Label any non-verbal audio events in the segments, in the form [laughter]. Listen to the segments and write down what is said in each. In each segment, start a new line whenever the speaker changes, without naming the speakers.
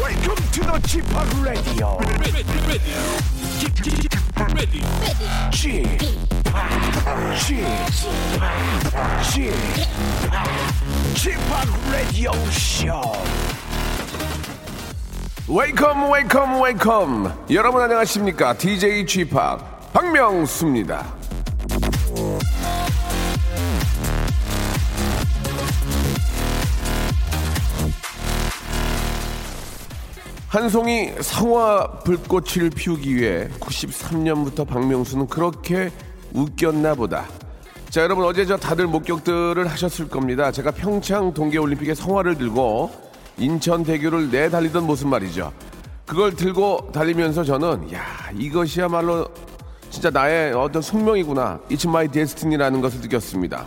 Welcome to the Chip Radio.
ready, ready, ready, ready.
Chip, Chip, Chip, Chip Radio Show.
웨이컴 웨이컴 웨이컴 여러분 안녕하십니까 DJ g p 박명수입니다 한 송이 성화 불꽃을 피우기 위해 93년부터 박명수는 그렇게 웃겼나 보다. 자, 여러분 어제 저 다들 목격들을 하셨을 겁니다. 제가 평창 동계올림픽에 성화를 들고 인천 대교를 내달리던 모습 말이죠. 그걸 들고 달리면서 저는 야 이것이야말로 진짜 나의 어떤 숙명이구나. It's my destiny라는 것을 느꼈습니다.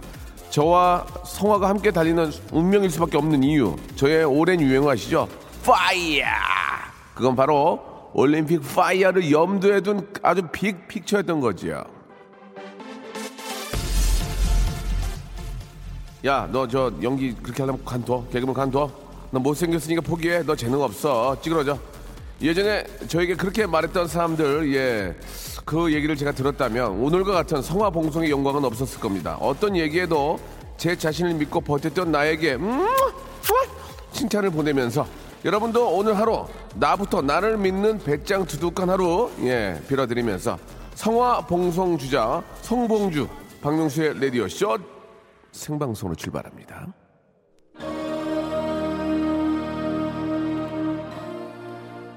저와 성화가 함께 달리는 운명일 수밖에 없는 이유. 저의 오랜 유행어 아시죠? 파이어! 그건 바로 올림픽 파이어를 염두에 둔 아주 빅 픽처였던 거지요. 야, 너 저 연기 그렇게 하려면 간둬. 개그맨 간둬. 너 못생겼으니까 포기해. 너 재능 없어. 찌그러져. 예전에 저에게 그렇게 말했던 사람들, 예, 그 얘기를 제가 들었다면 오늘과 같은 성화 봉송의 영광은 없었을 겁니다. 어떤 얘기에도 제 자신을 믿고 버텼던 나에게, 음, 푸악! 칭찬을 보내면서 여러분도 오늘 하루 나부터 나를 믿는 배짱 두둑한 하루, 예, 빌어드리면서 성화 봉송 주자 성봉주 박명수의 레디오쇼 생방송으로 출발합니다.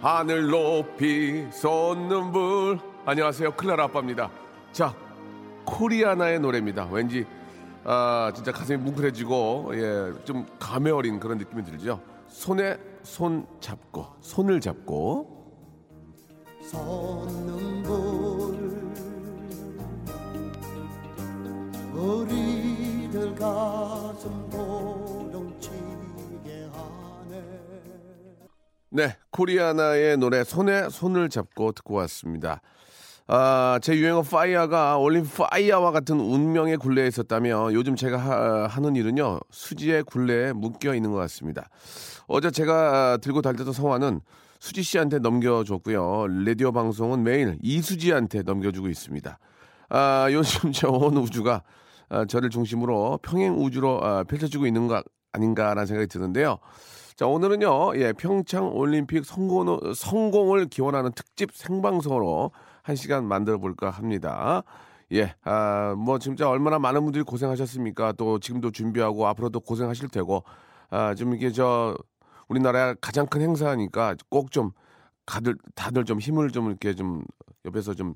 하늘 높이 솟는 불. 안녕하세요. 클라라 아빠입니다. 자, 코리아나의 노래입니다. 왠지, 아, 진짜 가슴이 뭉클해지고, 예, 좀 감에 어린 그런 느낌이 들죠. 손에 손 잡고, 손을 잡고,
손눈물 우리들 가슴 도롱치게 하네
네, 코리아나의 노래 손에 손을 잡고 듣고 왔습니다. 아, 제 유행어 파이어가 올림 파이어와 같은 운명의 굴레에 있었다면 요즘 제가 하, 는 일은요 수지의 굴레에 묶여 있는 것 같습니다. 어제 제가 들고 달렸던 성화는 수지 씨한테 넘겨줬고요. 라디오 방송은 매일 이수지한테 넘겨주고 있습니다. 아, 요즘 저 온 우주가 아, 저를 중심으로 평행 우주로 아, 펼쳐지고 있는 것 아닌가라는 생각이 드는데요. 자, 오늘은요, 예, 평창 올림픽 성공, 성공을 기원하는 특집 생방송으로 한 시간 만들어 볼까 합니다. 예, 아, 뭐, 진짜 얼마나 많은 분들이 고생하셨습니까? 또 지금도 준비하고 앞으로도 고생하실 테고, 아, 좀 이게 저, 우리나라 가장 큰 행사니까 꼭 좀, 다들, 다들 좀 힘을 좀 이렇게 좀 옆에서 좀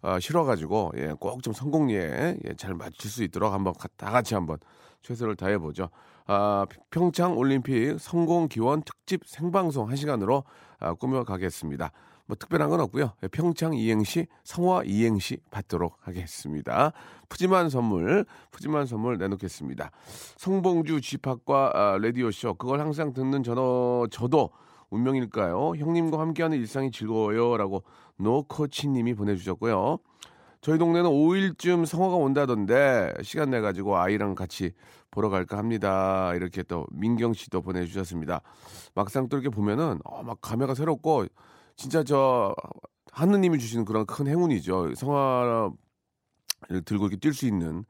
아, 실어가지고 예, 꼭 좀 성공리에 예, 잘 맞출 수 있도록 한번 가- 다 같이 한번 최선을 다해보죠. 아, 평창 올림픽 성공 기원 특집 생방송 한 시간으로 아, 꾸며가겠습니다. 뭐 특별한 건 없고요. 예, 평창 이행시, 성화 이행시 받도록 하겠습니다. 푸짐한 선물, 푸짐한 선물 내놓겠습니다. 성봉주 집합과 아, 라디오 쇼 그걸 항상 듣는 저도 저도 운명일까요? 형님과 함께하는 일상이 즐거워요라고 노코치님이 보내주셨고요. 저희 동네는 5일쯤 성화가 온다던데 시간 내 가지고 아이랑 같이 보러 갈까 합니다. 이렇게 또 민경 씨도 보내주셨습니다. 막상 또 이렇게 보면은 어, 막 감회가 새롭고 진짜 저 하느님이 주시는 그런 큰 행운이죠. 성화를 들고 이렇게 뛸 수 있는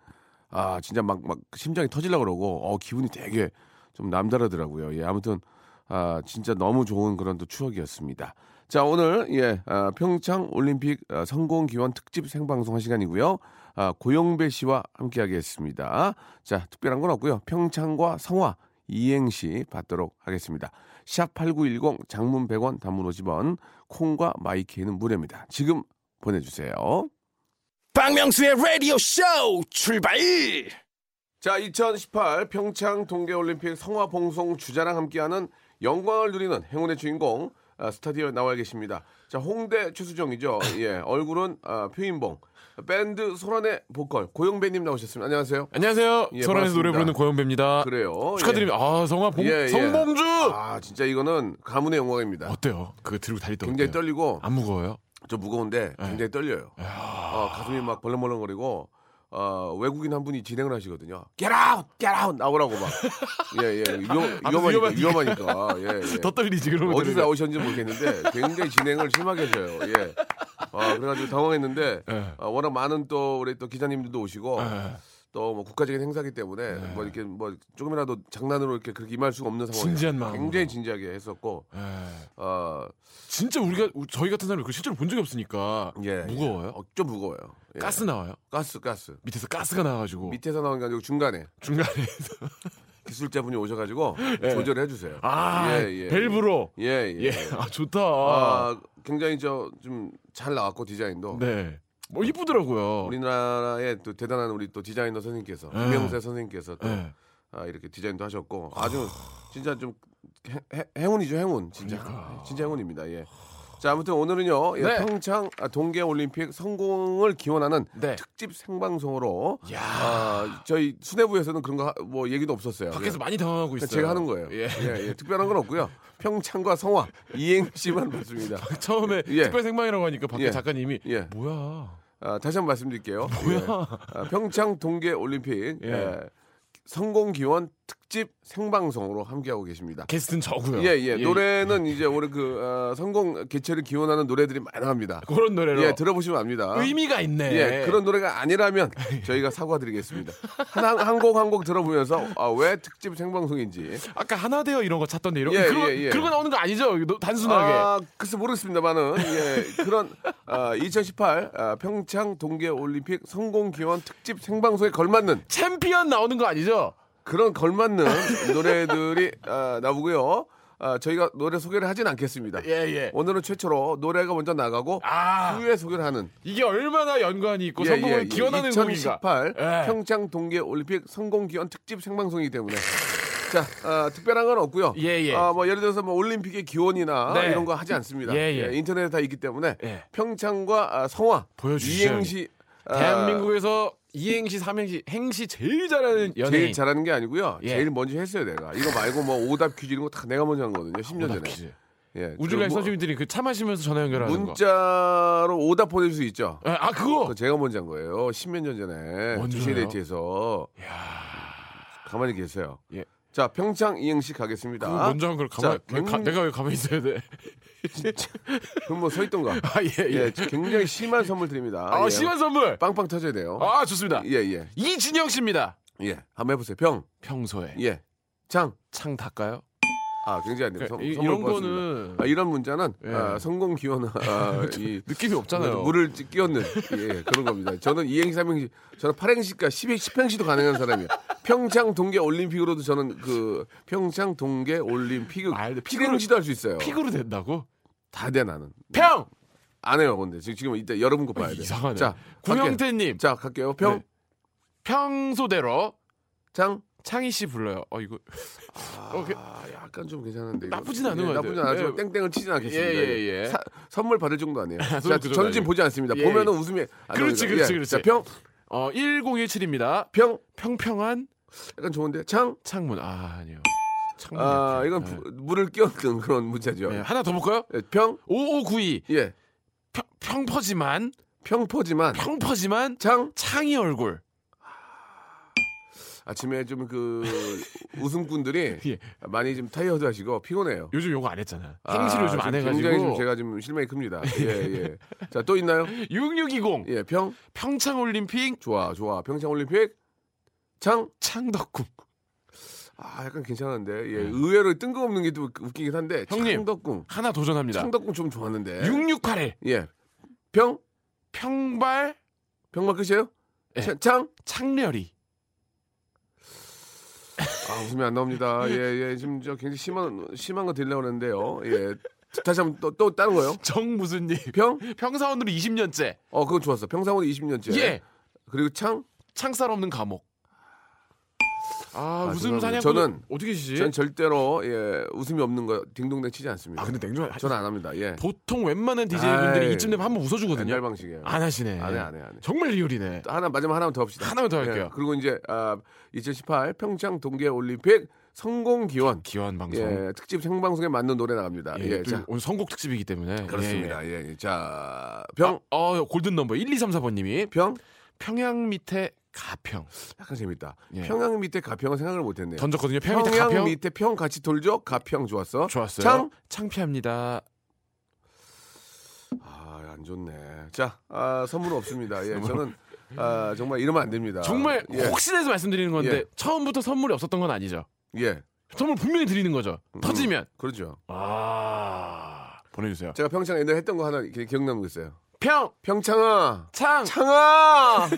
아 진짜 막 막 심장이 터질라 그러고 어 기분이 되게 좀 남다르더라고요. 예 아무튼 아 진짜 너무 좋은 그런 또 추억이었습니다. 자 오늘 예 아, 평창 올림픽 아, 성공 기원 특집 생방송 한 시간이고요. 아, 고영배 씨와 함께하겠습니다. 자 특별한 건 없고요. 평창과 성화 이행시 받도록 하겠습니다. 샵 8910 장문 100원 단문 50원 콩과 마이키는 무료입니다. 지금 보내주세요.
박명수의 Radio Show 출발.
자, 2018 평창 동계올림픽 성화봉송 주자랑 함께하는 영광을 누리는 행운의 주인공 아, 스타디오에 나와 계십니다. 자, 홍대 최수정이죠. 예, 얼굴은 아, 표인봉. 밴드 소란의 보컬 고영배님 나오셨습니다. 안녕하세요.
안녕하세요.
예,
소란에서 노래
반갑습니다.
부르는 고영배입니다.
그래요.
축하드립니다. 아, 성화 봉,
예, 예.
성봉주!
아, 진짜 이거는 가문의 영광입니다.
어때요? 그거 들고 다닐 때
굉장히
어때요?
떨리고
안 무거워요? 예.
좀 무거운데 굉장히 떨려요. 어, 가슴이 막 벌렁벌렁거리고 어, 외국인 한 분이 진행을 하시거든요. Get out, get out 나오라고 막. 예예
[laughs] 아,
위험 위험하니까 위험하니까.
[laughs]
예, 예.
더 떨리지 그러면
어디서
들으면.
나오셨는지 모르겠는데 굉장히 진행을 심하게 하셔요. 예. 아, 그래가지고 당황했는데
예.
아, 워낙 많은 또 우리 또 기자님들도 오시고
예.
또 뭐 국가적인 행사기 때문에 뭐 이렇게 뭐 조금이라도 장난으로 이렇게 그렇게 임할 수가 없는 상황에
진지한 마음으로.
굉장히 진지하게 했었고
예.
어,
진짜 우리가 우- 저희 같은 사람이 그 실제로 본 적이 없으니까
예,
무거워요.
어, 좀 무거워요. 예.
가스 나와요.
가스 가스
밑에서 가스가 나와가지고
밑에서 예, 나온 게 아니고 중간에
중간에
기술자분이
[laughs]
오셔가지고 조절해 주세요.
예. 아 밸브로
예, 예.
예 아 좋다.
아, 굉장히 저 좀 잘 나왔고 디자인도
네. 뭐 이쁘더라고요.
우리나라의 또 대단한 우리 또 디자이너 선생님께서
예.
김명세 선생님께서 또
예.
아, 이렇게 디자인도 하셨고 아주 진짜 좀 해- 해- 행운이죠 행운 진짜 진짜 행운입니다. 예. 자 아무튼 오늘은요 예,
그러니까. 네.
평창 아, 동계 올림픽 성공을 기원하는
네.
특집 생방송으로 아, 저희 수뇌부에서는 그런 거 뭐 얘기도 없었어요.
밖에서
예.
많이 당황하고 있어요.
그러니까 제가 하는 거예요.
예.
예, 예. 특별한 건 없고요. 평창과 성화 이행시만 봤습니다.
그 처음에
예.
특별 생방이라고 하니까 밖에
예.
작가님이
예.
뭐야
아, 다시 한 번 말씀드릴게요. 뭐야? 평창 동계 올림픽
예.
예, 성공 기원 특집 생방송으로 함께하고 계십니다.
게스트는 저고요.
예, 예. 노래는 이제 올해 그 어, 성공 개최를 기원하는 노래들이 많합니다.
그런 노래로
예, 들어보시면 압니다.
의미가 있네.
예, 그런 노래가 아니라면 저희가 사과드리겠습니다. 한곡한곡 들어보면서 아, 왜 특집 생방송인지.
아까 하나 되어 이런 거 찾던데 이런
예,
그런 거-
예, 예.
그런 거 나오는 거 아니죠? 노- 단순하게
아, 글쎄 모르겠습니다만은 예, 그런 아, 2018 아, 평창 동계 올림픽 성공 기원 특집 생방송에 걸맞는
챔피언 나오는 거 아니죠?
그런 걸맞는 노래들이 아, 나오고요. 아, 저희가 노래 소개를 하진 않겠습니다.
예, 예.
오늘은 최초로 노래가 먼저 나가고
아.
후에 소개를 하는 예,
이게 얼마나 연관이 있고 성공을 기원하는 곡인가?
2018
예.
평창 동계 올림픽 성공 기원 특집 생방송이기 때문에 자 아, 특별한 건 없고요.
예, 예.
아, 뭐 예를 들어서 뭐 올림픽의 기원이나
네.
이런 거 하지 않습니다.
예, 예.
인터넷에 다 있기 때문에
예.
평창과 아, 성화
보여주시죠,
이행시 아,
대한민국에서 이행시, 삼행시, 행시 제일 잘하는 연예인.
제일 잘하는 게 아니고요.
예.
제일 먼저 했어요 내가. 이거 말고 뭐 오답 퀴즈 이런 거 다 내가 먼저 한 거거든요. 10년 전에.
퀴즈.
예.
우주갈
그리고
선수님들이 그 차 마시면서 전화 연결하는 거.
문자로 오답 보내줄 수 있죠.
예, 아 그거
그거 제가 먼저 한 거예요. 10몇 년 전에
뭔
주시
소리예요?
데이트에서 가만히 계세요.
예.
자 평창 이행시
그
가겠습니다.
먼저 한 걸 가만
자, 음.
왜 가-
굉-
내가 왜 가만히 있어야
[laughs]
돼?
그럼 뭐 서 있던가.
아 [laughs] 예 예.
예, 굉장히 심한 선물 드립니다.
아
예.
시간 선물.
빵빵 터져야 돼요.
아 좋습니다.
예, 예,
이진영 씨입니다.
예. 한번 해보세요. 병,
평소에
예, 장.
창 닦아요?
아, 굉장히 안 돼요. 선-
예, 이,
선물
이런
고맙습니다.
거는
아, 이런 문자는
예.
아, 성공 기원 아,
[laughs]
이
느낌이 없잖아요.
물을 찌- 끼얹는 예, 그런 겁니다. 저는 2행시, 3행시, 저는 8행시까 10행시, 10행시도 가능한 사람이에요. 평창 동계 올림픽으로도 저는 그 평창 동계 올림픽
아, 근데 픽으로-
7행시도 할 수 있어요. 음.
픽으로 된다고?
다 돼 나는.
평
안 해요, 근데 지금 지금 이따 여러분 거 봐야 돼.
아, 이상하네.
자, 갈게요.
구영태님
자, 갈게요. 평,
네. 평소대로
장.
창희 씨 불러요. 어 이거 어, 그-
아, 약간 좀 괜찮은데. 이거.
나쁘진 않은
예,
것 같아요.
나쁘진 않아요.
예.
땡땡을 치진 않겠습니다.
예, 예, 예.
사- 선물 받을 정도
[laughs]
아니에요. 자,
정도
저는 지금
아니에요.
보지 않습니다.
예,
보면은 웃음이 안
그렇지,
나옵니다.
그렇지,
예.
그렇지.
자, 평,
어 1017입니다.
평.
평평한
약간 좋은데. 장.
창문 아 아니요. 창문
아,
이렇게.
이건
네.
부- 물을 끼얹는 그런 문자죠.
네, 하나 더 볼까요?
예, 평,
5592
예,
평, 평퍼지만
평포지만
평퍼지만
장
창희 얼굴
아침에 좀 그 웃음꾼들이
[laughs] 예.
많이 좀 타이어드 하시고 피곤해요.
요즘 요거 안 했잖아. 행시를 요즘
아,
안
좀
해가지고
굉장히 좀 제가 좀 실망이
[laughs]
큽니다. 예, 예. 자, 또 있나요?
6620
예, 평,
평창올림픽
좋아, 좋아. 평창올림픽 장,
창덕궁
아, 약간 괜찮은데. 예, 의외로 뜬금없는 게 또 웃기긴 한데.
네. 형님.
창덕궁,
하나 도전합니다.
창덕궁 좀 좋았는데.
6681
예, 평,
평발
평만 끝이에요?
예.
자, 장,
창렬이
아, 웃음이 안 나옵니다. 예, 예. 지금 저 굉장히 심한, 심한 거 드리려고 했는데요. 예. 다시 한 번 또, 또 다른 거요.
정무순님
평?
평사원으로 20년째
어, 그건 좋았어. 평상원 20년째.
예
그리고 창?
창살 없는 감옥 아,
아,
웃음
죄송합니다.
사냥
저는-
어떻게 계시지?
전 절대로, 예, 웃음이 없는 거 딩동댕 치지 않습니다.
아 근데 냉정
저는 안 합니다. 예.
보통 웬만한 DJ분들이
아이,
이쯤 되면 한번 웃어주거든요. 아, 예.
옛날 방식이에요.
안 하시네.
안 해, 안 해, 안 해.
정말 리얼이네.
하나, 마지막 하나만 더 합시다.
하나만 더 할게요.
예, 그리고 이제, 아, 2018 평창 동계올림픽 성공기원.
기원 방송.
예, 특집 생방송에 맞는 노래 나갑니다.
예,
예,
또
자.
오늘 선곡 특집이기 때문에
그렇습니다. 예, 예. 자,
예, 예.
병,
아, 어 골든 넘버 1234번님이
병,
평양 밑에 가평.
약간 재밌다.
예.
평양 밑에 가평은 생각을 못했네요.
던졌거든요. 평
평양
밑에 가평.
밑에 평 같이 돌죠. 가평 좋았어.
좋았어요.
참.
창피합니다.
아, 안 좋네. 자, 아, 선물은 없습니다. 예, 저는 아, 정말 이러면 안 됩니다.
정말
예,
혹시나 해서 말씀드리는 건데
예.
처음부터 선물이 없었던 건 아니죠.
예,
선물 분명히 드리는 거죠.
음.
터지면
그렇죠.
아 보내주세요.
제가 평창 옛날에 했던 거 하나 기- 기억나는 거 있어요.
평
평창아,
창.
창아,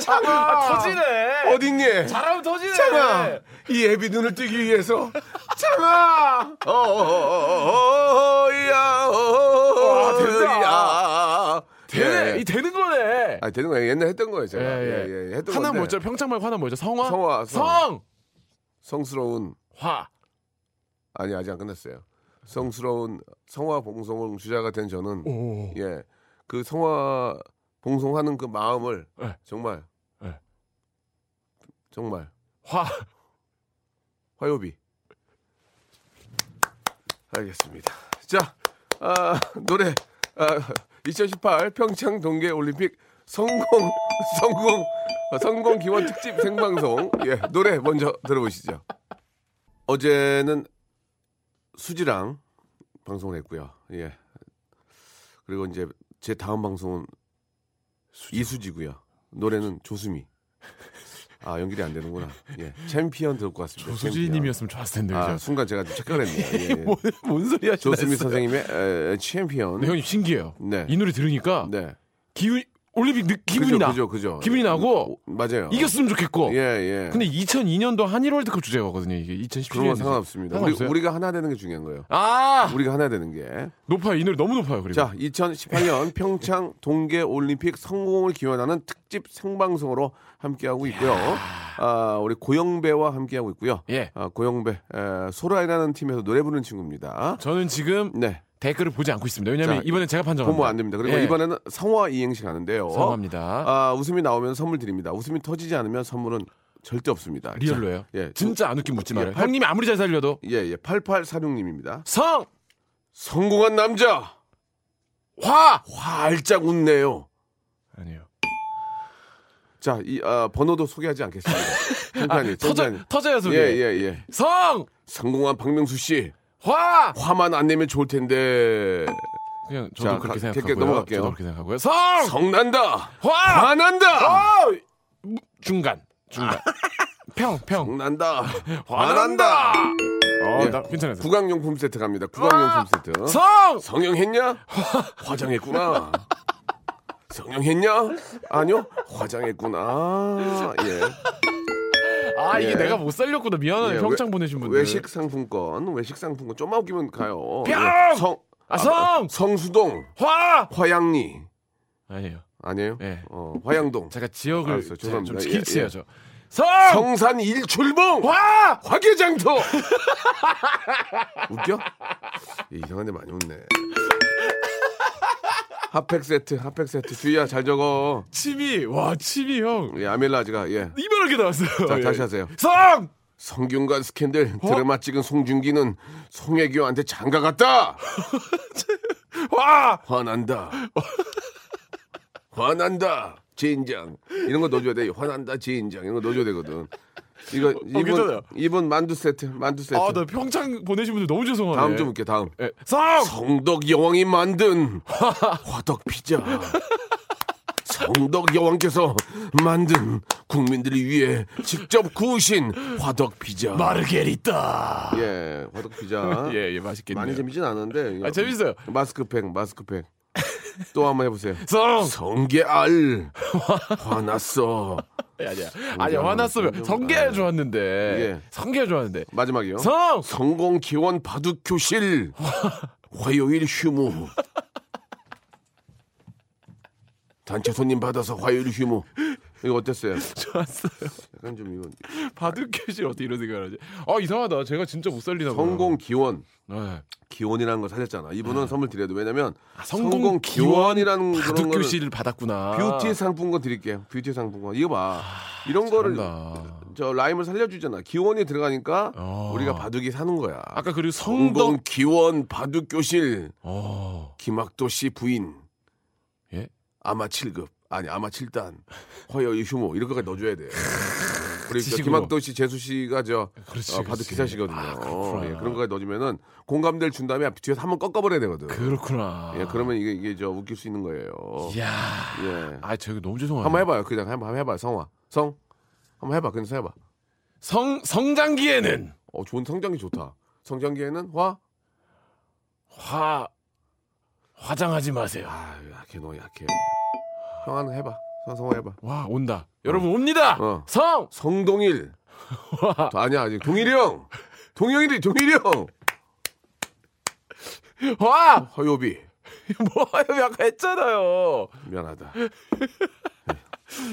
창아,
터지네.
어딨니?
잘하면 터지네.
창아, 예. 이 애비 눈을 뜨기 위해서 창아, 어, 어어어어야,
와, 된다.
어야, 예,
되네. 이 되는 거네.
아 되는 거예요. 옛날 에 했던 거예요, 제가. 예, 예, 했던
하나
건데.
뭐죠? 평창 말고 하나 뭐죠? 성화.
성화,
성.
성화. 성스러운
화.
아니 아직 안 끝났어요. 성스러운 성화 봉송을 주자가 된 저는
오.
예. 그 성화 봉송하는 그 마음을
예.
정말
예.
정말
화.
화요비 알겠습니다. 자 아, 노래 아, 2018 평창 동계 올림픽 성공 성공 어, 성공 기원 특집 생방송 예 노래 먼저 들어보시죠. 어제는 수지랑 방송을 했고요. 예 그리고 이제 제 다음 방송은 이수지고요. 노래는 조수미. 아 연결이 안 되는구나. 예 챔피언 들고 왔습니다. 챔피언.
조수진님이었으면 좋았을 텐데
아,
그죠?
순간 제가 좀 착각을 했네요. 예, 예.
뭔, 뭔 소리 하시나
조수미
했어요.
선생님의 에, 챔피언.
네, 형님 신기해요.
네.
이 노래 들으니까
네.
기운 올림픽 느, 기분이
그죠,
나.
그죠, 그죠.
기분이 나고
오, 맞아요.
이겼으면 좋겠고.
예, 예.
근데 2002년도 한일 월드컵 주제가거든요. 이게 2017년.
그런 건 상관없습니다. 우리,
상관없어요?
우리가 하나 되는 게 중요한 거예요.
아
우리가 하나 되는 게.
높아요. 이 노래 너무 높아요. 그리고
자,
[laughs]
2018년 평창 동계 올림픽 성공을 기원하는 특집 생방송으로 함께하고 있고요. 아, 우리 고영배와 함께하고 있고요.
예.
아, 고영배 에, 소라이라는 팀에서 노래 부르는 친구입니다.
저는 지금
네.
댓글을 보지 않고 있습니다. 왜냐면
자,
이번엔 제가 판정합니다.
공모 안 됩니다. 그리고
예.
이번에는 성화 이행시 가는데요.
성화입니다.
아, 웃음이 나오면 선물 드립니다. 웃음이 터지지 않으면 선물은 절대 없습니다.
리얼로요.
자, 예.
진짜 안 웃긴 묻지 말아요.
예, 팔-
형님이 아무리 잘 살려도
예, 예. 8846님입니다.
성
성공한 남자! 화! 활짝 웃네요.
아니요.
자, 이, 아, 번호도 소개하지
[laughs]
않겠습니다. 천천히, 예, 천천히.
아, 터져 터져야 소리.
예, 예, 예.
성
성공한 박명수 씨.
화!
화만 안 내면 좋을 텐데.
그냥 저도
자,
그렇게
가-
생각하고요.
댓글 넘어갈게요.
저도 그렇게 생각하고요. 성!
성난다!
화!
화난다!
어! 중간. 중간.
[laughs]
평, 평.
성난다!
화난다!
화난다!
어,
예.
나 괜찮았어.
구강용품 어? 세트 갑니다.
아,
구강용품 세트.
성!
성형했냐? 화장했구나. 성형했냐? 아니요. 화장했구나. 예.
아, 이게
예.
내가 못 살렸구나. 미안하네.
예,
평창
외-
보내신 분들.
외식 상품권, 외식 상품권 좀만 웃기면 가요.
뿅!
예. 성,
아, 성!
성수동,
화!
화양리
아니에요.
아니에요?
예.
어, 화양동,
제가 지역을
알았어요.
제가 좀
죄송합니다.
지킬
예,
치해요
예.
저. 성!
성산 일출봉,
화! [laughs]
화계장터. 웃겨? 이상한데 많이 웃네. 핫팩 세트, 핫팩 세트. 주희야 잘 적어.
침이, 와, 침이 형.
예, 아멜라지가 예.
이만하게 나왔어요.
자,
예.
다시 하세요.
성!
성균관 스캔들
어?
드라마 찍은 송중기는 송혜교한테 장가 갔다.
화! 아,
화난다. 화난다. 진장 이런 거 넣어줘야 돼. 화난다 진장 이런 거 넣어줘야 되거든. 이거 이분
어, 괜찮아요.
이분 만두 세트 만두 세트.
아, 나 평창 보내신 분들 너무 죄송하네.
다음 좀 볼게 다음.
예. 성!
성덕 여왕이
[laughs]
만든 화덕 피자. 성덕 여왕께서 만든 국민들을 위해 직접 구우신 화덕 피자.
마르게리따.
예, 화덕 피자.
[laughs] 예, 예, 맛있겠네요.
많이 재밌진 않은데.
아, 재밌어요.
마스크팩, 마스크팩. 또 한번 해보세요.
성!
성게알 화났어.
[laughs] 아니야. 아니야. 화났으면 성게알 좋았는데.
예.
성게알 좋았는데.
마지막이요.
성!
아, [laughs] 성공 기원 바둑 교실 화요일 휴무. 단체 손님 받아서 화요일 휴무. 이거 어땠어요?
좋았어요.
약간 좀 이건
바둑 교실 어떻게 이런 생각을 하지? 아, 이상하다. 제가 진짜 못 살리나 봐.
성공 기원
네.
기원이라는 걸 살렸잖아. 이분은 선물 드려도 왜냐면
아, 성공
성공, 기원이라는
바둑
그런 거를
교실을 받았구나.
뷰티 상품권 드릴게요. 뷰티 상품권. 이거 봐. 이런 거를
잘한다.
저 라임을 살려주잖아. 기원이 들어가니까
어.
우리가 바둑이 사는 거야.
아까 그리고 성덕
성동 기원 바둑 교실
어.
김학도 씨 부인
예?
아마 7급. 아니 아마 7단 화요의 휴무 이런 거까지 넣어줘야
[laughs]
돼요. 우리 저
지식으로.
김학도 씨, 재수 씨가 저
그렇지,
어, 바둑
그렇지.
기사시거든요.
아,
어,
그렇구나.
예, 그런 거까지 넣어주면은 공감대를 준 다음에 뒤에서 한번 꺾어버려야 되거든.
그렇구나.
예, 그러면 이게 이게 저 웃길 수 있는 거예요.
야,
예.
아 저기 너무 죄송합니다.
한번 해봐요. 그냥 한번 한번 해봐. 성화, 성, 한번 해봐. 그냥 해봐.
성 성장기에는
어, 좋은 성장기 좋다. 성장기에는 화.
화 화장하지 마세요.
아, 약해 너 약해. 형 하나 해봐. 성 성화 해봐.
와 온다. 여러분 옵니다.
어.
성
성동일. 더 아니야, 아직 동일이 형. 동영일이 동일이 형.
와!
허요비.
[laughs] 뭐예요? 아까 했잖아요.
미안하다. 네.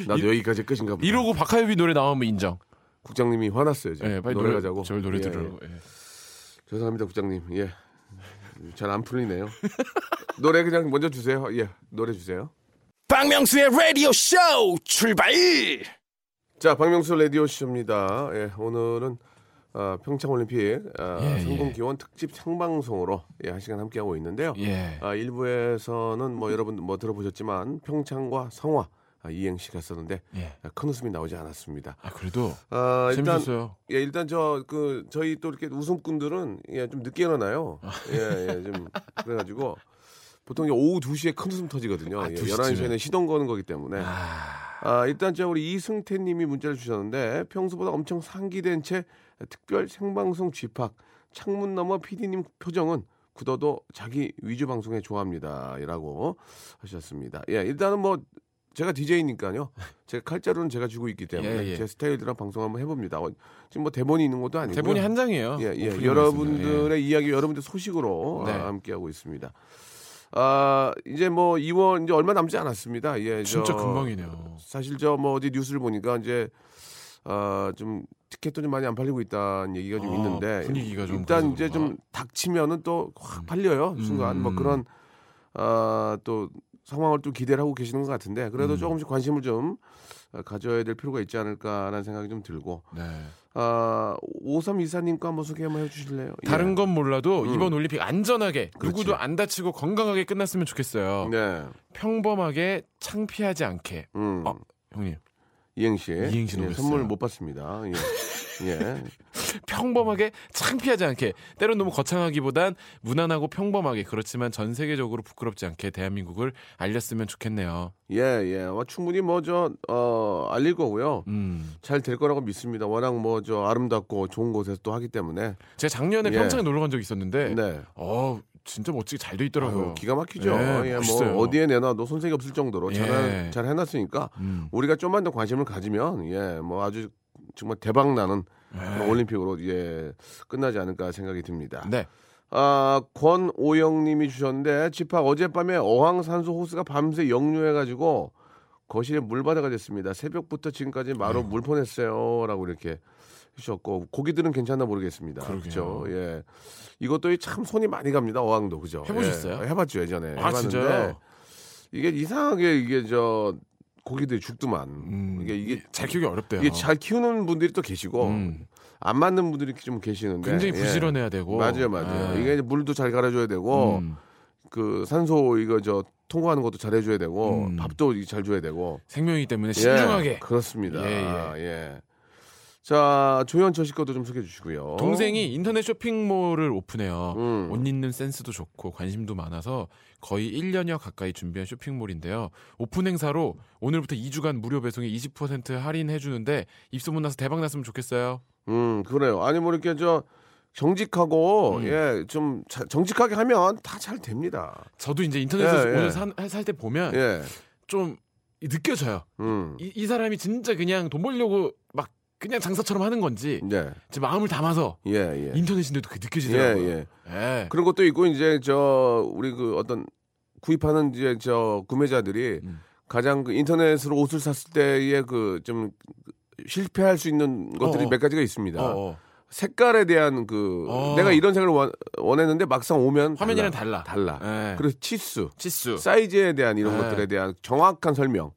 나도 여기까지 끝인가 보다.
이러고 박하유비 노래 나오면 인정.
국장님이 화났어요 지금.
예, 빨리
노래
노래
가자고.
저희 노래
예,
들으라고.
예.
예.
죄송합니다 국장님. 예. 잘 안 풀리네요. 노래 그냥 먼저 주세요. 예, 노래 주세요.
박명수의 라디오 쇼 출발!
자, 박명수 라디오 쇼입니다. 예, 오늘은 아, 평창올림픽 아,
예,
성공기원 특집 생방송으로 예, 한 시간 함께 하고 있는데요.
예.
아, 일부에서는 뭐 여러분 뭐 들어보셨지만 평창과 성화 아, 이행시 갔었는데
예.
아, 큰 웃음이 나오지 않았습니다.
아 그래도
아, 일단
재밌었어요.
예, 일단 저 그 저희 또 이렇게 웃음꾼들은 예, 좀 늦게 일어나요.
아.
예, 예, 좀 그래가지고 보통 이제 오후 2시에 큰 웃음 터지거든요. 예,
아, 2시 쯤에.
11시에는 시동 거는 거기 때문에. 아, 일단 저 우리 이승태 님이 문자를 주셨는데 평소보다 엄청 상기된 채 특별 생방송 집합 창문 너머 PD님 표정은 굳어도 자기 위주 방송에 좋아합니다라고 하셨습니다. 예, 일단은 뭐 제가 DJ니까요. 제가 칼자루는 제가 주고 있기 때문에
예, 예.
제 스타일대로 방송 한번 해봅니다. 어, 지금 뭐 대본이 있는 것도 아니고
대본이 한 장이에요.
예, 예.
오프닝 말씀이에요.
여러분들의 이야기, 여러분들 소식으로
네.
아, 함께하고 있습니다. 아, 이제 뭐 2월 이제 얼마 남지 않았습니다. 예, 저-
진짜 금방이네요.
사실 저 뭐 어디 뉴스를 보니까 이제 아, 좀 티켓도 좀 많이 안 팔리고 있다는 얘기가 좀
아,
있는데
분위기가 좀
일단
그래서
이제
그런가?
좀 닥치면은 또 확 팔려요. 순간 뭐
음.
그런 아, 또 상황을 좀 기대를 하고 계시는 것 같은데 그래도
음.
조금씩 관심을 좀 어, 가져야 될 필요가 있지 않을까라는 생각이 좀 들고
네.
아, 5324님과 한번 소개 한번 해주실래요? 예.
다른 건 몰라도
음.
이번 올림픽 안전하게
그렇지.
누구도 안 다치고 건강하게 끝났으면 좋겠어요.
예. 네.
평범하게 창피하지 않게
음.
어. 형님
이행시.
이행시
예,
녹였어요.
선물 못 받습니다.
[laughs]
예. 예.
평범하게 창피하지 않게 때론 너무 거창하기보단 무난하고 평범하게 그렇지만 전 세계적으로 부끄럽지 않게 대한민국을 알렸으면 좋겠네요.
예, 예. 어, 충분히 뭐 저 어, 알릴 거고요.
음.
잘 될 거라고 믿습니다. 워낙 뭐 저 아름답고 좋은 곳에서 또 하기 때문에.
제가 작년에
예.
평창에 놀러 간 적이 있었는데
네.
어 진짜 멋지게 잘 돼 있더라고요.
아유, 기가 막히죠.
예,
예,
멋있어요.
뭐 어디에 내놔도 손색이 없을 정도로 잘,
예.
잘 해놨으니까
음.
우리가 좀만 더 관심을 가지면 예, 뭐 아주 정말 대박 나는 그런 올림픽으로 예, 끝나지 않을까 생각이 듭니다.
네.
아, 권오영님이 주셨는데 집합 어젯밤에 어항산소 호스가 밤새 역류해가지고 거실에 물바다가 됐습니다. 새벽부터 지금까지 마루 물 보냈어요라고 이렇게 주셨고 고기들은 괜찮나 모르겠습니다.
그러게요.
그렇죠. 예, 이것도 참 손이 많이 갑니다. 어항도 그죠.
해보셨어요?
예, 해봤죠 예전에.
아,
해봤는데
진짜요?
이게 이상하게 이게 저 고기들이 죽더만
음.
이게 이게
잘 키우기 어렵대요.
이게 잘 키우는 분들이 또 계시고
음.
안 맞는 분들이 좀 계시는데
굉장히
예.
부지런해야 되고
맞아요, 맞아요.
예.
이게 뭐 이제 물도 잘 갈아줘야 되고
음.
그 산소 이거 저 통과하는 것도 잘 해줘야 되고
음.
밥도 이잘 줘야 되고
생명이기 때문에 신중하게
예, 그렇습니다.
예, 예.
예, 자 조현철 씨 것도 좀 소개해 주시고요.
동생이 어, 인터넷 쇼핑몰을 오픈해요.
음.
옷 입는 센스도 좋고 관심도 많아서 거의 1년여 가까이 준비한 쇼핑몰인데요. 오픈 행사로 오늘부터 2주간 무료 배송에 20% 할인해 주는데 입소문 나서 대박 났으면 좋겠어요.
음 그래요. 아니 뭐 이렇게 저
음.
정직하고 예좀 정직하게 하면 다 잘 됩니다.
저도 이제 인터넷에서
예, 예.
오늘 살 때 보면
예,
좀 느껴져요.
음,
이, 이 사람이 진짜 그냥 돈 벌려고 막 그냥 장사처럼 하는 건지
네,
제 마음을 담아서
예, 예,
인터넷인데도 그
예,
느껴지더라고요.
예.
예.
그런 것도 있고 이제 저 우리 그 어떤 구입하는 이제 저 구매자들이
음.
가장 그 인터넷으로 옷을 샀을 때의 그 좀 실패할 수 있는 것들이
어.
몇 가지가 있습니다.
어, 어.
색깔에 대한 그
어.
내가 이런 색을 원, 원했는데 막상 오면
화면이랑
달라.
달라.
달라.
예.
그리고 치수,
치수.
사이즈에 대한 이런
네.
것들에 대한 정확한 설명.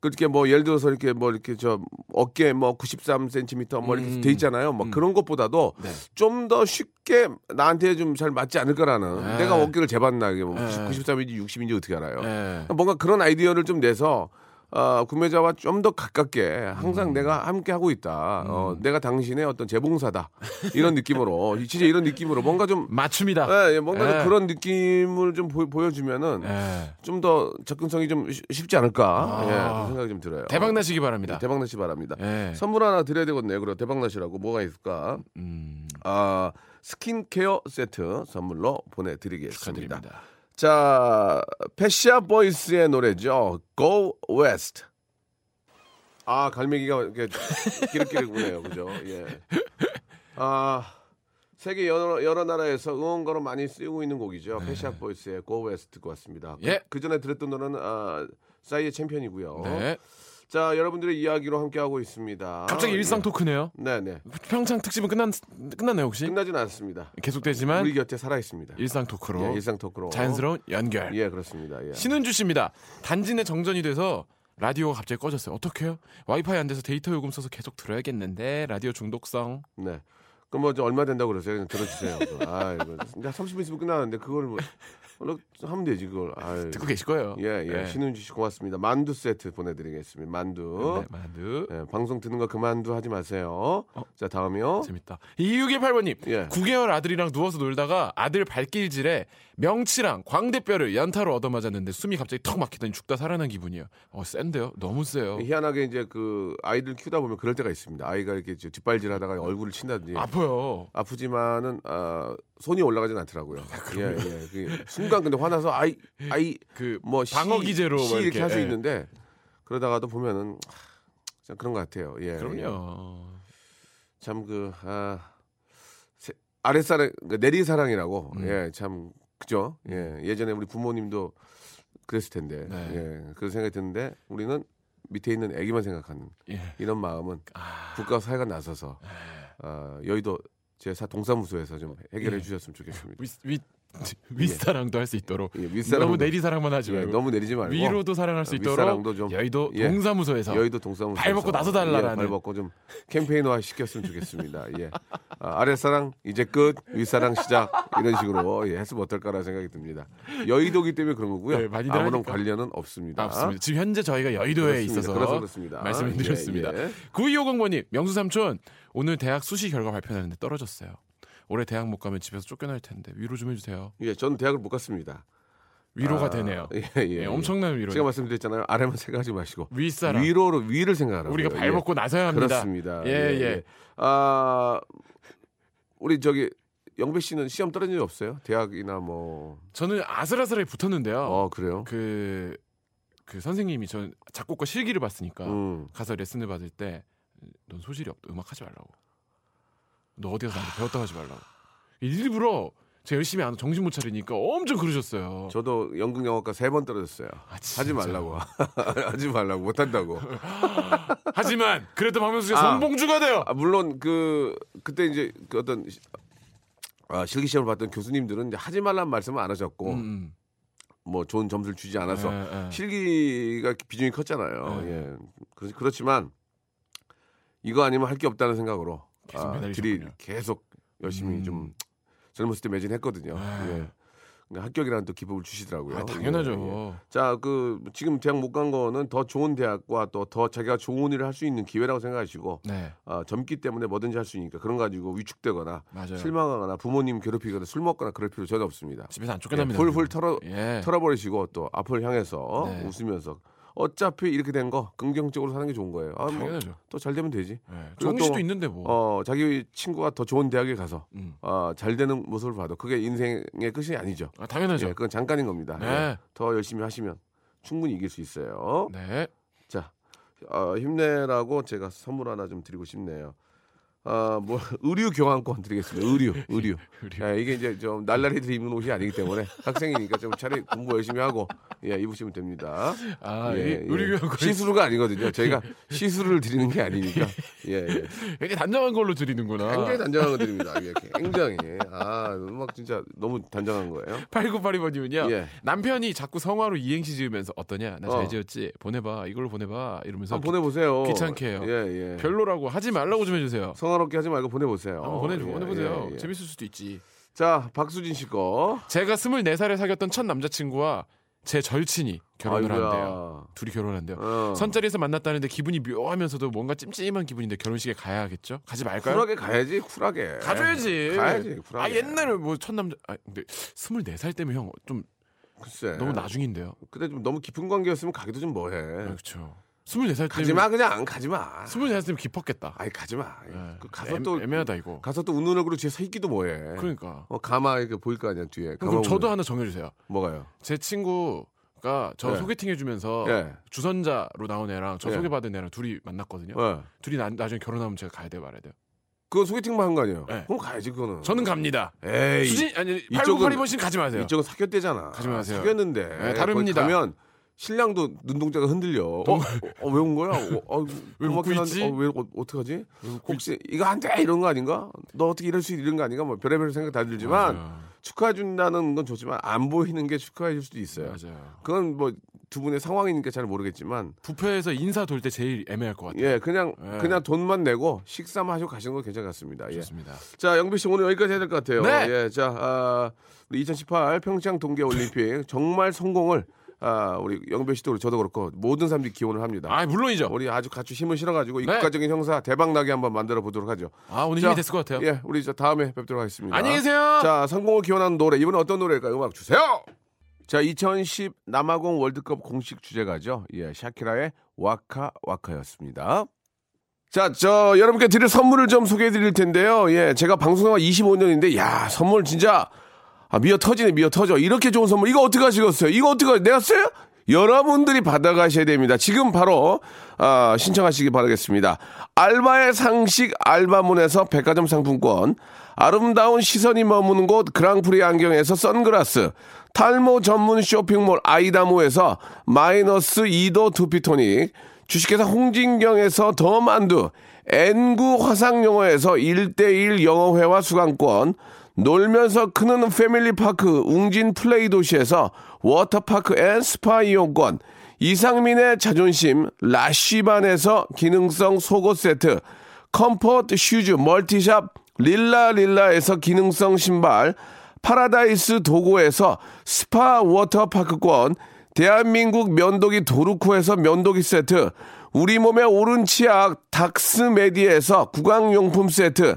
그렇게 뭐 예를 들어서 이렇게 뭐 이렇게 저 어깨 뭐 93cm 뭐 이렇게
음.
돼 있잖아요. 뭐 그런 것보다도
네.
좀 더 쉽게 나한테 좀 잘 맞지 않을까라는
네.
내가 어깨를 재봤나 이게 뭐
네.
93인지 60인지 어떻게 알아요?
예.
뭔가 그런 아이디어를 좀 내서 어, 구매자와 좀 더 가깝게
음.
항상 내가 함께 하고 있다. 어, 내가 당신의 어떤 재봉사다 이런
[laughs]
느낌으로 진짜 이런 느낌으로 뭔가 좀
음. 맞춤이다.
예, 예, 뭔가 좀
예.
그런 느낌을 좀 보, 여주면은
예.
좀 더 접근성이 좀 쉬- 쉽지 않을까
아.
예, 그런 생각이 좀 들어요. 네,
대박 나시기 바랍니다.
대박 나시 바랍니다.
예.
선물 하나 드려야 되겠네요. 그럼 대박 나시라고 뭐가 있을까?
음,
아 스킨케어 세트 선물로 보내드리겠습니다.
축하드립니다.
자, 패시아 보이스의 노래죠. Go West. 아, 갈매기가 이렇게 끼룩끼룩 우네요. [laughs] 그죠? 예. 아, 세계 여러, 여러 나라에서 응원가로 많이 쓰이고 있는 곡이죠. 패시아 보이스의 Go West 듣고 왔습니다.
네. 예.
그 전에 들었던 노래는 아, 싸이의 챔피언이고요.
네.
자, 여러분들의 이야기로 함께하고 있습니다.
갑자기 일상 토크네요.
네, 네.
평창 특집은 끝난 끝났나요 혹시?
끝나진 않았습니다.
계속되지만
우리 곁에 살아 있습니다.
일상 토크로
예, 일상 토크로
자연스러운 연결.
예, 그렇습니다. 예.
신은주 씨입니다. 단지 내 정전이 돼서 라디오가 갑자기 꺼졌어요. 어떡해요? 와이파이 안 돼서 데이터 요금 써서 계속 들어야겠는데 라디오 중독성.
네. 그럼 뭐저 얼마 된다고 그러세요? 그냥 들어주세요. 아, 이거 이제 30분 있으면 끝나는데 그걸 뭐 얼른 하면 되지 그걸. 아유.
듣고 계실 거예요.
예, 예.
네.
신은주 씨 고맙습니다. 만두 세트 보내드리겠습니다. 만두.
네, 어? 만두.
예, 방송 듣는 거 그만두 하지 마세요. 자, 다음이요.
재밌다. 2618번님,
어? 예.
9개월 아들이랑 누워서 놀다가 아들 발길질에 명치랑 광대뼈를 연타로 얻어맞았는데 숨이 갑자기 턱 막히더니 죽다 살아난 기분이에요. 어, 센데요? 너무 세요.
희한하게 이제 그 아이들 키우다 보면 그럴 때가 있습니다. 아이가 이렇게 이제 뒷발질하다가 얼굴을 친다든지
아파요.
아프지만은 아, 손이 올라가진 않더라고요.
아,
예, 예. 그 순간 근데 화나서 아이 아이
그
뭐
방어
시-
기제로
시
막
이렇게 할 수
예.
있는데 그러다가도 보면은 하, 참 그런 것 같아요. 예.
그럼요.
참그 아, 세- 아랫사랑 그 내리사랑이라고
음.
예, 참 그죠? 예. 예전에 우리 부모님도 그랬을 텐데.
네.
예. 그런 생각이 드는데 우리는 밑에 있는 아기만 생각하는
예.
이런 마음은
아, 네.
국가 사회가 나서서 아, 여의도 제사 동사무소에서 좀
예.
해결해 주셨으면 좋겠습니다.
윗, 윗, 윗사랑도 할 수 있도록.
예, 윗사랑도-
너무 내리 사랑만 하지
예,
말고.
너무 내리지 말고 예,
위로도 사랑할 수 있도록
윗사랑도 좀-
여의도
예.
동사무소에서
여의도 동사무소 예,
발 벗고 나서달라라는.
발 벗고 좀 캠페인화 시켰으면 좋겠습니다. 예. 아, 아랫사랑 이제 끝, 윗사랑 시작 이런 식으로 예, 했으면 어떨까라는 생각이 듭니다. 여의도기 때문에 그런 거고요.
네, 많이들
아무런
하니까.
관련은 없습니다.
없습니다. 지금 현재 저희가 여의도에
아. 그렇습니다.
있어서
그래서 그렇습니다.
말씀을
예,
드렸습니다.
예.
9250번님, 명수 삼촌 오늘 대학 수시 결과 발표하는데 떨어졌어요. 올해 대학 못 가면 집에서 쫓겨날 텐데 위로 좀 해주세요.
예, 저는 대학을 못 갔습니다.
위로가
아,
되네요.
예, 예,
예,
예.
엄청난 위로.
제가 말씀드렸잖아요. 아래만 생각하지 마시고
윗사람.
위로로 위를 생각하라.
우리가 발 벗고 나서야 합니다.
그렇습니다.
예, 예.
아 우리 저기 영배 씨는 시험 떨어진 적 없어요? 대학이나 뭐.
저는 아슬아슬하게 붙었는데요.
어 그래요?
그, 그 선생님이 전 작곡과 실기를 봤으니까
음.
가서 레슨을 받을 때 넌 소질이 없다. 음악 하지 말라고. 너 어디 가서 나한테 배웠다 하지 말라고. 일부러 제가 열심히 안 하고 정신 못 차리니까 엄청 그러셨어요.
저도 연극 영화과 세 번 떨어졌어요.
아, 진짜.
하지 말라고. [laughs] 하지 말라고. 못한다고.
하지만 그래도 박명수 씨가
아.
선봉주가 돼요.
아, 물론 그 그때 이제 그 어떤 시- 아, 실기 시험을 봤던 교수님들은 이제 하지 말라는 말씀은 안 하셨고
음.
뭐 좋은 점수를 주지 않아서
예, 예.
실기가 비중이 컸잖아요.
네.
예. 그렇- 그렇지만 이거 아니면 할 게 없다는 생각으로
계속
아,
매달리셨군요.
들이 계속 열심히
음.
좀 젊었을 때 매진했거든요.
아.
예. 근데 합격이라는 또 기법을 주시더라고요.
아,
예, 예.
당연하죠.
자, 그 지금 대학 못 간 거는 더 좋은 대학과 또 더 자기가 좋은 일을 할 수 있는 기회라고 생각하시고
네,
아, 젊기 때문에 뭐든지 할 수 있으니까 그런 거 가지고 위축되거나
맞아요.
실망하거나 부모님 괴롭히거나 술 먹거나 그럴 필요 전혀 없습니다.
집에서 안 쫓겨납니다.
훌훌 예, 털어
예.
털어버리시고 또 앞을 향해서
네.
웃으면서 어차피 이렇게 된 거 긍정적으로 사는 게 좋은 거예요. 아,
당연하죠.
뭐또 잘 되면 되지.
예.
그리고
좋은 씨도
또,
있는데 뭐.
어, 자기 친구가 더 좋은 대학에 가서
음.
어, 잘 되는 모습을 봐도 그게 인생의 끝이 아니죠.
아, 당연하죠.
예, 그건 잠깐인 겁니다.
네.
예, 더 열심히 하시면 충분히 이길 수 있어요.
네.
자, 어, 힘내라고 제가 선물 하나 좀 드리고 싶네요. 아, 뭐 [laughs] 의류 교환권 드리겠습니다. 의류, 의류.
의류.
예, 이게 이제 좀 날라리들 입는 옷이 아니기 때문에 학생이니까 좀 차라리 공부 열심히 하고 예, 입으시면 됩니다.
아,
예, 예.
우리 교육 거의
시스루가 아니거든요. 저희가
네.
시스루를 드리는 게 아니니까. 예, 예.
굉장히 단정한 걸로 드리는구나.
굉장히 단정한 거 드립니다. 예, 굉장히. 아, 음악 진짜 너무 단정한 거예요.
8982번님은요.
예.
남편이 자꾸 성화로 이행시 지으면서 어떠냐? 나 잘
어.
지었지? 보내봐. 이걸로 보내봐. 이러면서
한번 보내보세요.
아, 귀찮게 해요.
예, 예.
별로라고 하지 말라고 좀 해주세요.
성화롭게 하지 말고 보내보세요.
한번 보내줘.
예,
보내보세요.
예, 예.
재밌을 수도 있지.
자, 박수진 씨 거.
제가 24살에 사귀었던 첫 남자친구와 제 절친이 결혼을
아이고야.
한대요. 둘이 결혼한대요.
어.
선자리에서 만났다는데 기분이 묘하면서도 뭔가 찜찜한 기분인데 결혼식에 가야겠죠? 가지 말까요?
쿨하게 가야지 쿨하게.
가줘야지.
가야지
아
쿨하게.
옛날에 뭐 첫 남자. 아 근데 스물네 살 때면 형 좀
글쎄.
너무 나중인데요.
근데 좀 너무 깊은 관계였으면 가기도 좀 뭐해.
그렇죠. 스물네 살 때면
네. 가지 마 그냥 안 가지 마.
스물네 살 때면 깊었겠다.
아니 가지 마. 그 가서
네. 애,
또
애매하다 이거.
가서 또 웃는 얼굴로 뒤에 서 있기도 뭐해.
그러니까.
어 가마 이렇게 보일 거 아니야 뒤에. 가마
그럼 저도
보면.
하나 정해주세요.
뭐가요?
제 친구가 저
예.
소개팅 해주면서
예.
주선자로 나온 애랑 저
예.
소개받은 애랑 둘이 만났거든요.
예.
둘이 나, 나중에 결혼하면 제가 가야 돼 말아야 돼요.
그거 소개팅만 한 거 아니에요?
네.
그럼 가야지 그거는.
저는 갑니다.
에이
수진 아니
이쪽은-
8982번 씨는 가지 마세요.
이쪽은 사귀었대잖아.
가지 마세요.
사귀었는데
네, 다릅니다.
거기 가면 신랑도 눈동자가 흔들려. 어, 왜 온 거야? 어, 어,
왜 웃고
고맙긴 한데,
있지?
어, 왜 어, 어떡하지? 혹시 이거 안 돼 이런 거 아닌가? 너 어떻게 이럴 수 이런 거 아닌가? 뭐 별의별 생각 다 들지만
맞아요.
축하해 준다는 건 좋지만 안 보이는 게 축하해 줄 수도 있어요.
맞아요.
그건 뭐 두 분의 상황이니까 잘 모르겠지만
부페에서 인사 돌 때 제일 애매할 것 같아요.
예 그냥
네.
그냥 돈만 내고 식사만 하시고 가시는 건 괜찮겠습니다. 예.
좋습니다.
자, 영빈 씨 오늘 여기까지 해야 될 것 같아요.
네.
예, 자, 아, 우리 2018 평창 동계 올림픽 정말 성공을 아, 우리 영빈 씨도 그렇고 저도 그렇고 모든 사람들이 기원을 합니다.
아 물론이죠.
우리 아주 같이 힘을 실어가지고 이
네.
국가적인 형사 대박 나게 한번 만들어 보도록 하죠.
아 오늘
자,
힘이 됐을 것 같아요.
예, 우리 저 다음에 뵙도록 하겠습니다.
안녕히 계세요.
자, 성공을 기원하는 노래 이번엔 어떤 노래일까요? 음악 주세요. 자, 2010 남아공 월드컵 공식 주제가죠. 예, 샤키라의 와카 와카였습니다. 자, 저 여러분께 드릴 선물을 좀 소개해 드릴 텐데요. 예, 제가 방송한 25년인데 야, 선물 진짜 아, 미어 터지네, 미어 터져. 이렇게 좋은 선물 이거 어떻게 하시겠어요? 이거 어떻게 하- 내가 써요? 여러분들이 받아가셔야 됩니다. 지금 바로 아, 신청하시기 바라겠습니다. 알바의 상식 알바몬에서 백화점 상품권, 아름다운 시선이 머무는 곳 그랑프리 안경에서 선글라스, 탈모 전문 쇼핑몰 아이다모에서 마이너스 2도 두피토닉, 주식회사 홍진경에서 더 만두, N구 화상영어에서 1대1 영어회화 수강권, 놀면서 크는 패밀리파크 웅진 플레이 도시에서 워터파크 앤 스파 이용권, 이상민의 자존심 라쉬반에서 기능성 속옷 세트, 컴포트 슈즈 멀티샵 릴라릴라에서 기능성 신발, 파라다이스 도고에서 스파 워터파크권, 대한민국 면도기 도루코에서 면도기 세트, 우리 몸의 오른 치약 닥스메디에서 구강용품 세트,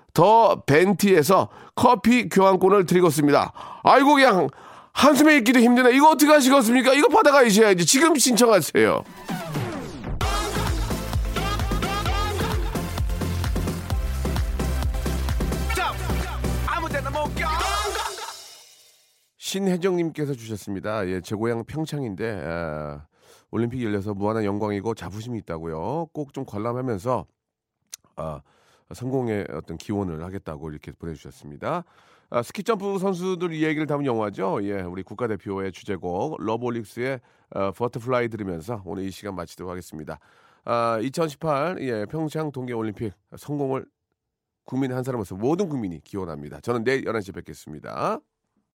더 벤티에서 커피 교환권을 드리고 있습니다. 아이고 그냥 한숨에 있기도 힘드네. 이거 어떻게 하시겠습니까? 이거 받아가셔야지. 지금 신청하세요. 신혜정님께서 주셨습니다. 예, 제 고향 평창인데 아, 올림픽 열려서 무한한 영광이고 자부심이 있다고요. 꼭 좀 관람하면서 아, 성공의 어떤 기원을 하겠다고 이렇게 보내주셨습니다. 아, 스키 점프 선수들 이야기를 담은 영화죠. 예, 우리 국가대표의 주제곡 러브올릭스의 어, 버터플라이 들으면서 오늘 이 시간 마치도록 하겠습니다. 아, 2018 예, 평창 동계올림픽 성공을 국민 한 사람으로서 모든 국민이 기원합니다. 저는 내일 11시에 뵙겠습니다.